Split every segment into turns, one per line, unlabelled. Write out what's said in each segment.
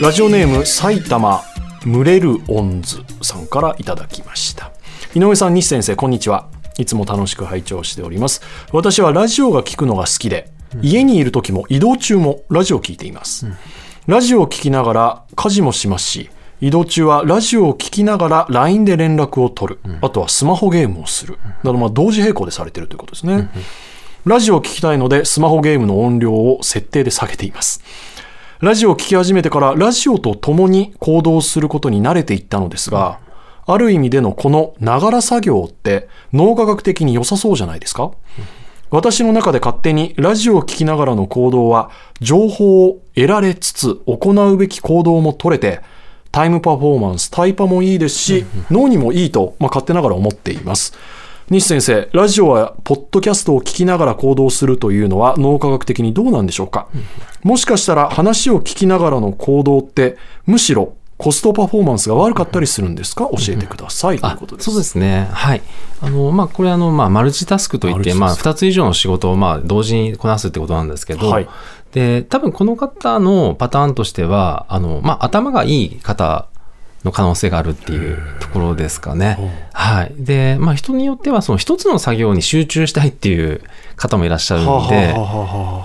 ラジオネーム埼玉群れるオンズさんからいただきました井上さん西先生こんにちはいつも楽しく拝聴しております私はラジオが聞くのが好きで家にいる時も移動中もラジオを聞いています、ラジオを聞きながら家事もしますし移動中はラジオを聞きながら LINE で連絡を取る、あとはスマホゲームをするなどまあ同時並行でされているということですね、ラジオを聞きたいのでスマホゲームの音量を設定で下げていますラジオを聞き始めてからラジオと共に行動することに慣れていったのですが、ある意味でのこのながら作業って脳科学的に良さそうじゃないですか私の中で勝手にラジオを聞きながらの行動は情報を得られつつ行うべき行動も取れてタイムパフォーマンスタイパもいいですし脳にもいいと、まあ、勝手ながら思っています西先生ラジオはポッドキャストを聞きながら行動するというのは脳科学的にどうなんでしょうかもしかしたら話を聞きながらの行動ってむしろコストパフォーマンスが悪かったりするんですか教えてくださいということです
そうですね。はい。あの、まあ、これあの、まあ、マルチタスクとい
マ
っ
ルチ
て、
タスク
まあ、二つ以上の仕事を、まあ、同時にこなすってことなんですけど、
はい
で、多分この方のパターンとしては、あの、まあ、頭がいい方の可能性があるっていうところですかね。はい。で、まあ、人によっては、その一つの作業に集中したいっていう方もいらっしゃる
はあ
の
はあ
で、
はあは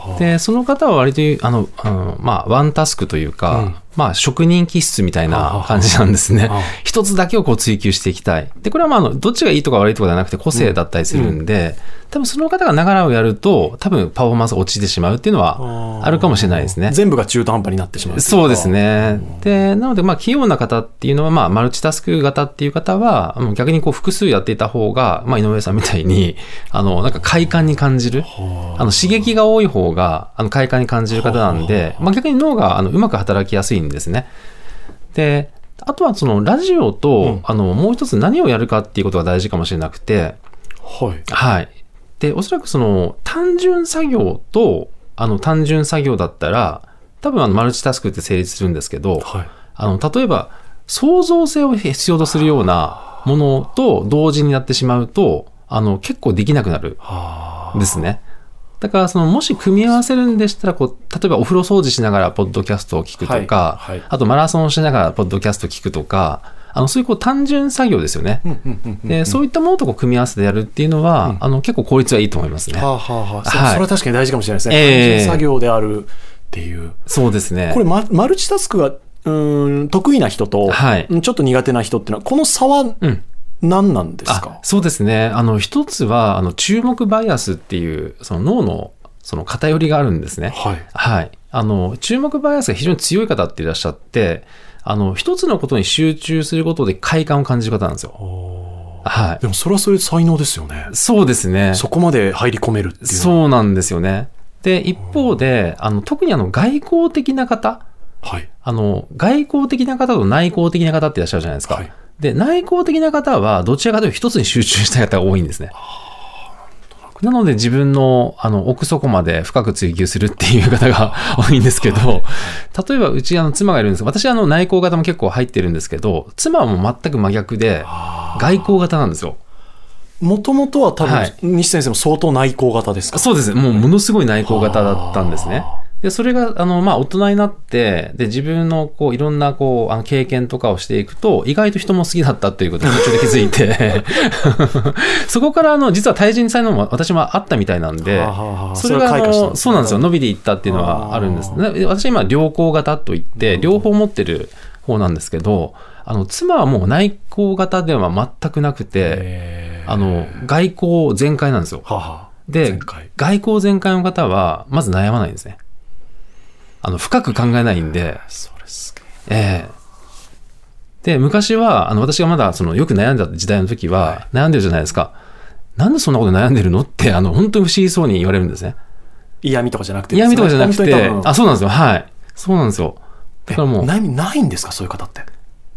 あはあ
で、その方は割と、あの、あのまあ、ワンタスクというか、
うん
まあ、職人気質みたいな感じなんですね
ああ。
一つだけをこう追求していきたい。で、これはまあ、あの、どっちがいいとか悪いとかじゃなくて個性だったりするんで、多分その方がながらをやると、多分パフォーマンスが落ちてしまうっていうのはあるかもしれないですね。
全部が中途半端になってしまうといか
そうですね。で、なので、まあ、器用な方っていうのは、まあ、マルチタスク型っていう方は、あの逆にこう、複数やっていた方が、まあ、井上さんみたいに、 あの、なんか快感に感じる。あの、刺激が多い方が、あの、快感に感じる方なんで、まあ、逆に脳が、あの、うまく働きやすいんですね。で、あとは、その、ラジオと、
うん
あの、もう一つ何をやるかっていうことが大事かもしれなくて、
はい
はい。で、おそらくその、単純作業と、あの、単純作業だったら、多分あの、マルチタスクって成立するんですけど、
はい
あの、例えば、創造性を必要とするようなものと同時になってしまうと、あの、結構できなくなる
はあ
んですね。だから、その、もし組み合わせるんでしたら、こう、例えばお風呂掃除しながらポッドキャストを聞くとか、
はいはい
あとマラソンをしながらポッドキャストを聞くとか、あの、そういうこう単純作業ですよね。
うんうんうんうん
で、そういったものとこう組み合わせてやるっていうのは、
うん
あの結構効率はいいと思いますね
は。あはあはあそ
はい
それは確かに大事かもしれないですね、
ええ
単純作業であるっていう
そうですね。
これママルチタスクがうーん得意な人と、
はい
うんちょっと苦手な人っていうのはこの差は
うん。
何なんです
あ
か、
そうですね。あの、一つは、あの、注目バイアスっていう、その脳の、その偏りがあるんですね。
はい
はい。あの、注目バイアスが非常に強い方っていらっしゃって、あの、一つのことに集中することで快感を感じる方なんですよ。はい
で。もそれはそれで才能ですよね
そうですね。
そこまで入り込めるっていうのは
そうなんですよね。で、一方で、あの、特にあの、外交的な方、
はい
あの、外交的な方と内向的な方っていらっしゃるじゃないですか。
はい
で、内向的な方は、どちらかというと一つに集中したい方が多いんですね。なので自分のあの奥底まで深く追求するっていう方 が多いんですけど、例えばうちあの妻がいるんです私あの内向型も結構入ってるんですけど、妻はもう全く真逆で、外向型なんですよ。
もともとは多分、
はい
西先生も相当内向型ですか
そうですね。もうものすごい内向型だったんですね。で、それが、あの、まあ、大人になって、で、自分の、こう、いろんな、こう、あの、経験とかをしていくと、意外と人も好きだったということに途 中で気づいて、 そこから、あの、実は対人才能も私もあったみたいなんで
はあはあは、あ
それが、
そ
あ
れは開花したんですね
の、そうなんですよ。伸びていったっていうのはあるんです。
あ
で私今、良好型といって、両方持ってる方なんですけど、あの、妻はもう内向型では全くなくて、
え
あの、外交全開なんですよ。
ーはあはあ
で
前回、
外交全開の方は、まず悩まないんですね。あの、深く考えないんで、
それすげえ
ええで、昔は、あの、私がまだ、その、よく悩んだ時代の時は、悩んでるじゃないですか。なんでそんなこと悩んでるのって、あの、本当に不思議そうに言われるんですね。
嫌味とかじゃなくてですね、
嫌味とかじゃなくて、
本当に多分
あ、そうなんですよ。はい。そうなんですよ。だからもう
え、悩みないんですかそういう方って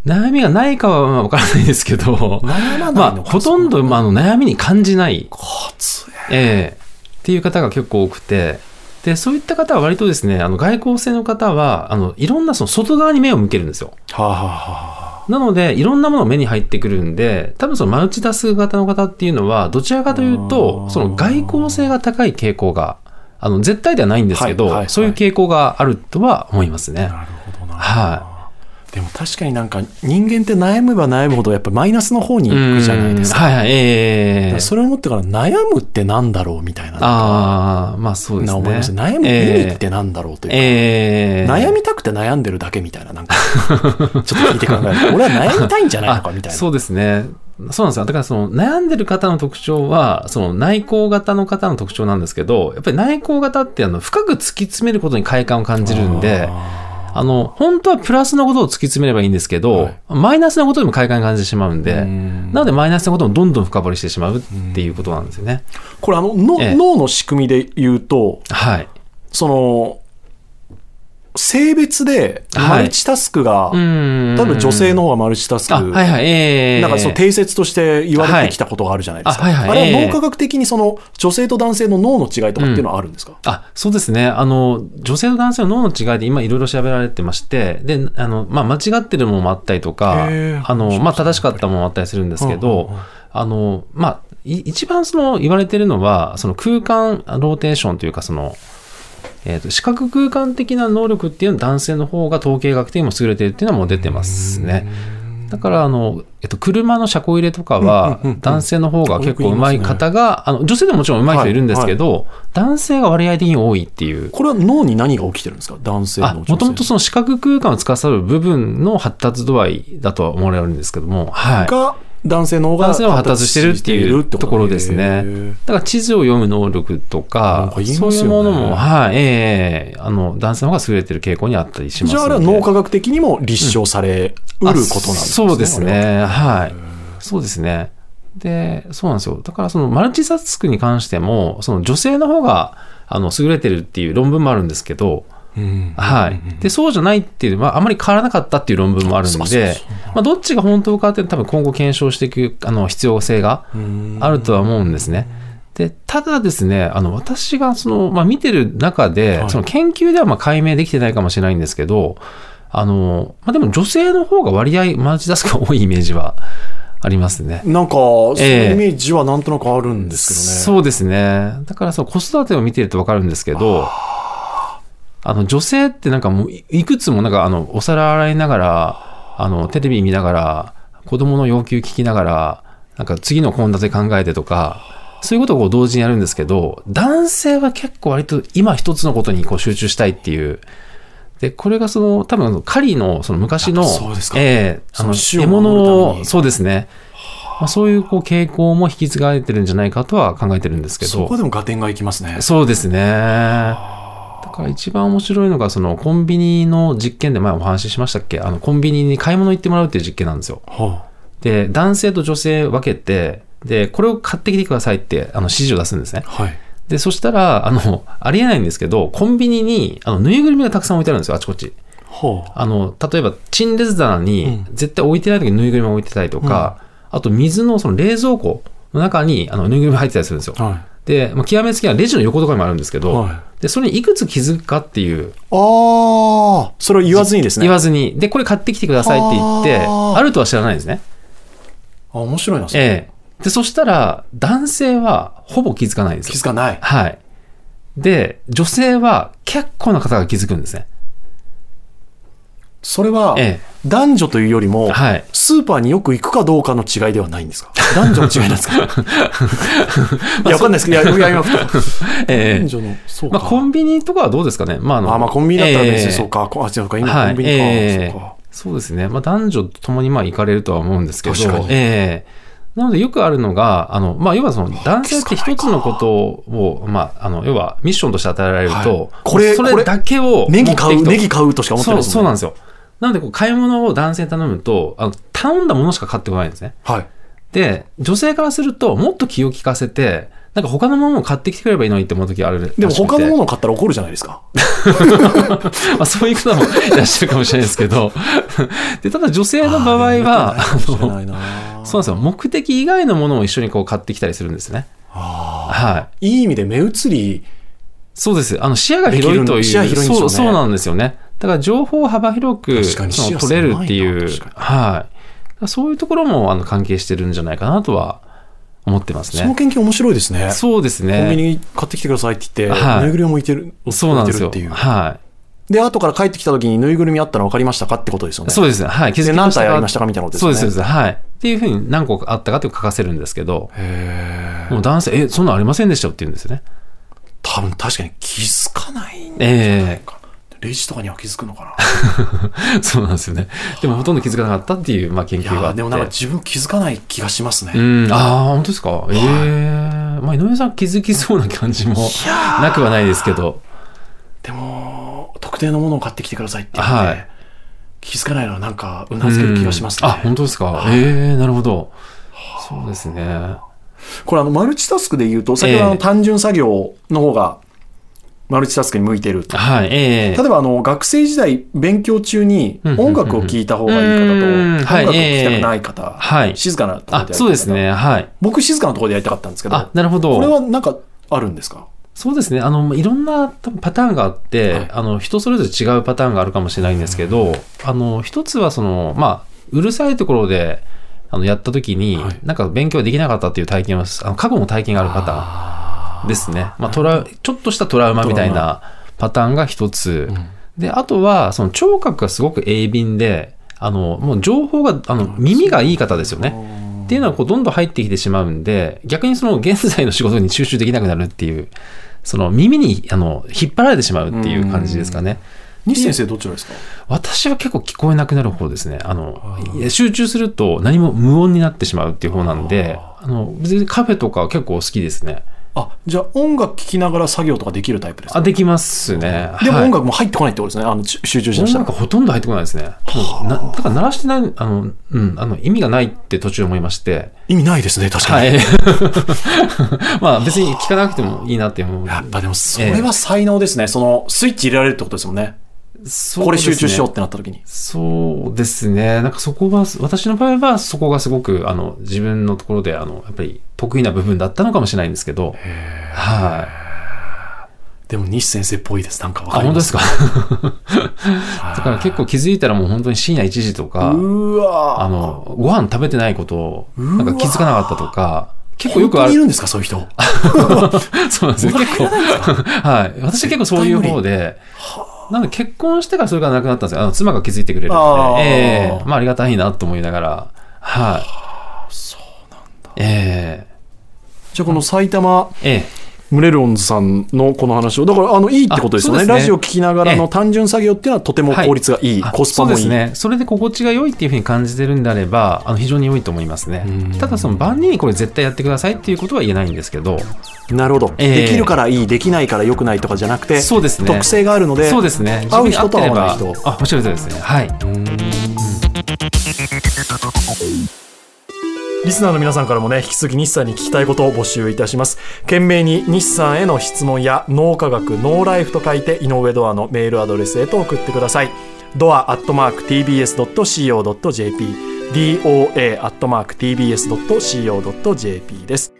悩みがないかはまあわからないですけど、
悩まないのか
まあ、ほとんど、まあ、あの、悩みに感じない。
こつえ
ええっていう方が結構多くて、で、そういった方は割とですね、あの外交性の方は、あの、いろんなその外側に目を向けるんですよ。
はあはあはあ
なので、いろんなものが目に入ってくるんで、多分そのマルチタスク型の方っていうのは、どちらかという
あ
と
ー、
その外交性が高い傾向が、あの、絶対ではないんですけど、
はいはいはい
そういう傾向があるとは思いますね。
なるほどな
は
でも確かになんか人間って悩めば悩むほどやっぱマイナスの方に行くじゃないですか。
うんはいはい、ええ
それを思ってから悩むってなんだろうみたいな
ああ、まあそうで
な
すね。
思います悩む意味ってなんだろうというか、
ええ
悩みたくて悩んでるだけみたいな、 なんか、ちょっと聞いて考えると俺は悩みたいんじゃないのかみたい
あ
な。
そうですね。そうなんですよ。だからその悩んでる方の特徴は、その内向型の方の特徴なんですけど、やっぱり内向型ってあの深く突き詰めることに快感を感じるんで、
あ
あの、本当はプラスのことを突き詰めればいいんですけど、
はい
マイナスのことにも快感を感じてしまうん
ー
で、
うん
なのでマイナスのこともどんどん深掘りしてしまうっていうことなんですよね。
これあのの、
ええ
脳の仕組みで言うと、
はい。
その、性別で
はい
マルチタスクが、
うん。
多分女性の方がマルチタスク、
あ、はいはい、ええ
なんかその定説として言われてきたことがあるじゃないですか。
はいあはいはい
れは
ええ
脳科学的にその女性と男性の脳の違いとかっていうのはあるんですか、
あそうですね。あの、女性と男性の脳の違いで今いろいろ調べられてまして、で、あの、まあ、間違ってるものもあったりとか
へー、
あ
そう
の、
そう
まあ、正しかったものもあったりするんですけ
うんうん
ど
うん、
あの、まあ、い一番その言われてるのは、その空間ローテーションというか、その、えっ、と、視覚空間的な能力っていうのは男性の方が統計学的にも優れてるっていうのはもう出てますね。だから、あの、えっと、車の車庫入れとかは
うんうんうんうん、
男性の方が結構上手い方が、あの、女性でももちろん上手い人いるんですけど、男性が割合的に多いっていう。
これは脳に何が起きてるんですか男性
あ、
の
も
女性
ともとその視覚空間を司る部分の発達度合いだとは思われるんですけども、はい。
が男性の方が
男性は発達してるっていうところですね
へー。
だから地図を読む能力と
なん
か
か、言いますよ
そ
ね
ういうものも、はい、ええあの、男性の方が優れてる傾向にあったりします
じ
の
ゃああれ
で
は脳科学的にも立証されうることなんですね。
あそうです
あれは。
ね。はい。そうですね。で、そうなんですよ。だからそのマルチタスクに関しても、その女性の方が、あの、優れてるっていう論文もあるんですけど、
うん
はい。で、そうじゃないっていう、まあ、あまり変わらなかったっていう論文もある
そ
ん
うそう
で
そ、
まあ、どっちが本当かって多分今後検証していく、あの、必要性が
うん
あるとは思うんですね。で、ただですね、あの、私がその、まあ、見てる中で、
はい
その研究ではまあ解明できてないかもしれないんですけど、あの、まあ、でも女性の方が割合マルチタスクが多いイメージはありますね。
なんか、そう
え
いう
え
イメージはなんとなくあるんですけどね。
そうですね。だからその子育てを見てるとわかるんですけど、あの女性ってなんかもういいくつもなんかあのお皿洗いながら、あのテレビ見ながら、子供の要求聞きながら、なんか次の献立考えてとか、そういうことをこう同時にやるんですけど、男性は結構割と今一つのことにこう集中したいっていう。で、これがその、多分、狩りの、その昔の、
やっぱそうですか
ええあの、
その種
獲
を守るために
物を、そうですね。まあ、そういうこう傾向も引き継がれてるんじゃないかとは考えてるんですけど。
そこでも合点がいきますね。
そうですね。だから一番面白いのが、そのコンビニの実験で前お話ししましたっけあの、コンビニに買い物行ってもらうっていう実験なんですよ。
は
で、男性と女性分けて、で、これを買ってきてくださいって、あの、指示を出すんですね
あ。はい。
で、そしたら、あの、ありえないんですけど、コンビニに、あの、ぬいぐるみがたくさん置いてあるんですよ、あちこち。
はあ。
あの、例えば、陳列棚に
う
絶対置いてない時にぬいぐるみを置いてたりとか、あと水のその冷蔵庫の中にあのぬいぐるみ入ってたりするんですよ。
はい。
で、まあ、極めつけはレジの横とかにもあるんですけど、
はい
で、それにいくつ気づくかっていう、
ああ、それを言わずにですね。
言わずに、で、これ買ってきてくださいって言って、
はあ
あるとは知らないんですね。
あ、面白いな、それ
ええ。で、そしたら、男性はほぼ気づかないんですよ
気づかない。
はい。で、女性は結構な方が気づくんですね。
それは、
え
男女というよりも、
はい。
スーパーによく行くかどうかの違いではないんですか男女の違いなん ですかいや、わかんないですけど、いや、いや今、
ええ
男女の、そうか。
まあ、コンビニとかはどうですかね。まあ、あの
あ、まあコンビニだったら別
ええ
にそうか。こあ、違うか、今
は
コ
い
ンビニか。
ええ
そうか
そうですね。まあ、男女ともにまあ行かれるとは思うんですけど、
確かに
ええなのでよくあるのが、あの、まあ、要はその男性っ
気
て
づかない
一
か
つのことを、まあ、あの、要はミッションとして与えられると、
はいこれ
それだけを
ネギ買う、
持ってい
ネ
く
ギ買うとしか
と
思ってないう
そ、そうなん
ん
ですよ。なので、こう、買い物を男性に頼むと、あの、頼んだものしか買ってこないんですね。
はい。
で、女性からすると、もっと気を利かせて、なんか他のものを買ってきてくればいいのにって思う時があるらしくて。
でも他のものを買ったら怒るじゃないですか。
まあ、そういう方もいらっしゃるかもしれないですけど、 でただ女性の場合は、
あ
あ
ーでも
の
よくないかもしれないな
そうなんですよ、目的以外のものを一緒にこう買ってきたりするんですね。
あ
はい。
ーいい意味で目移り、
そうです。あの視野が広いとい
で
う、
きる視野広いんですよね
そうそうなんですよね。だから情報を幅広く
確かに
その
視
取
野
れ
狭い
る
な
っていう、はい。だ
確
からそういうところもあの関係してるんじゃないかなとは思ってます
その
ね。
研究面白いですね。
そうですね。
コンビニ買ってきてくださいって言って、
はい
ぬいぐるみを置いてる、
そうなんですよ。
置いてるっていう。
はい。
で、後から帰ってきた時にぬいぐるみあったの分かりましたかってことですよね。
そうですね。はい。気づ
で
き
何
ました
体あ
か
りましたかみたいなことです
そう
よ
で
ね。
す、そうです。はい。っていうふうに何個あったかっていうのを書かせるんですけど、
へー
もう男性、え、そんなんありませんでしたよって言うんですよね。
多分確かに気づかないんじゃない
え
か。レジとかには気づくの かな。
えそうなんですよね。でもほとんど気づかなかったっていう、まあ、研
い
究があ
や
っ
ー
て。
でもなんか自分気づかない気がしますね。
うん、ああ、本当ですか。ええまあ、井上さん気づきそうな感じも
いやー
なくはないですけど。
でも、特定のものを買ってきてくださいって言って、
はい
気づかないのはなんか、うなずける気がしますね。
うんあ、本当ですか。
はい
ええなるほど。そうですね。
これあの、マルチタスクで言うと、先ほどあ
え
の
え
単純作業の方が、マルチタスクに向いてると。
はい、ええ
例えばあの、学生時代、勉強中に
うんうんうん
音楽を聴いた方がいい方と、
うん
音楽を聴きたくない
は
方、
い
静かなところで
あ
やりたい、方
そうですね。はい。
僕、静かなところでやりたかったんですけど
あ、、なるほど。
これはなんかあるんですか
そうですね。あの、いろんな多分パターンがあって、
はい
あの、人それぞれ違うパターンがあるかもしれないんですけど、あの、一つはその、まあ、うるさいところで、あの、やった時に、
はい
なんか勉強できなかったっていう体験は、あの、過去の体験があるパターン
あ
ですね。まあ、トラウちょっとしたトラウマみたい
トラウ
なパターンが一つ。
ー
で、あとは、その聴覚がすごく鋭敏で、あの、もう情報が、あの、耳がいい方ですよね。
ね
っていうのはこうどんどん入ってきてしまうんで逆にその現在の仕事に集中できなくなるっていうその耳にあの引っ張られてしまうっていう感じですかね
西先生、どちらですか
私は結構聞こえなくなる方ですねあの
あー
いや集中すると何も無音になってしまうっていう方なんで
あ
あの別にカフェとか結構好きですね
あ、じゃあ音楽聴きながら作業とかできるタイプですか
あできますね
でも
はい
音楽も入ってこないってことですね、あの集集中しだしたら。
音楽ほとんど入ってこないですね
はあ
なだから鳴らしてないあの、うん、あの意味がないって途中思いまして
意味ないですね、確か
は
に。
い まあ別に聞かなくてもいいなって思う
やっぱでも、それは才能ですね、そのスイッチ入れられるってことですもんね、
そう
これ集中しようっ
う。
てなった時に。
そうですね。なんかそこは、私の場合はそこがすごく、あの、自分のところで、あの、やっぱり得意な部分だったのかもしれないんですけど。はい。
でも、西先生っぽいです、なんかわ
あ、
かりま。
本当ですすかだから 結構気づいたらもう本当に深夜1時とか、
う
あ
わ
の、ご飯食べてないことを、
う
な
わ
んか気づかなかったとか、結構
本
よく
当
あ
にい
る。
るんですか、そういう人。は
そうなんですよ。結構。 はい。私結構そういう方で、なので結婚してからそれがなくなったんですよ。あの妻が気づいてくれる
あ
の
ー
で、ええまあありがたいなと思いながら、はい。そうなんだ。え
じゃあ、この埼玉
えええ
ムレロンズさんのこの話を、だから、あの、いいってことですよね。
あそうですね
ラジオ聞きながら
え
の
え
単純作業っていうのはとても効率がいい、
あ
コスパもいい。
そうですね。それで心地が良いっていうふうに感じてるんであれば、あの非常に良いと思いますね
うん。
ただその万人にこれ絶対やってくださいっていうことは言えないんですけど、
なるほど、
ええ
できるからいい、できないから良くないとかじゃなくて、
そうですね
特性があるので、
そうですね。
合う人と合わない
自分に
人
合ってれ。ばあ、おっしゃるとりですね。はい。
リスナーの皆さんからもね、引き続き日産に聞きたいことを募集いたします。懸命に日産への質問や、脳科学、脳ライフと書いて、井上ドアのメールアドレスへと送ってください。ドアアットマーク TBS.CO.JP、DOA アットマーク TBS.CO.JP です。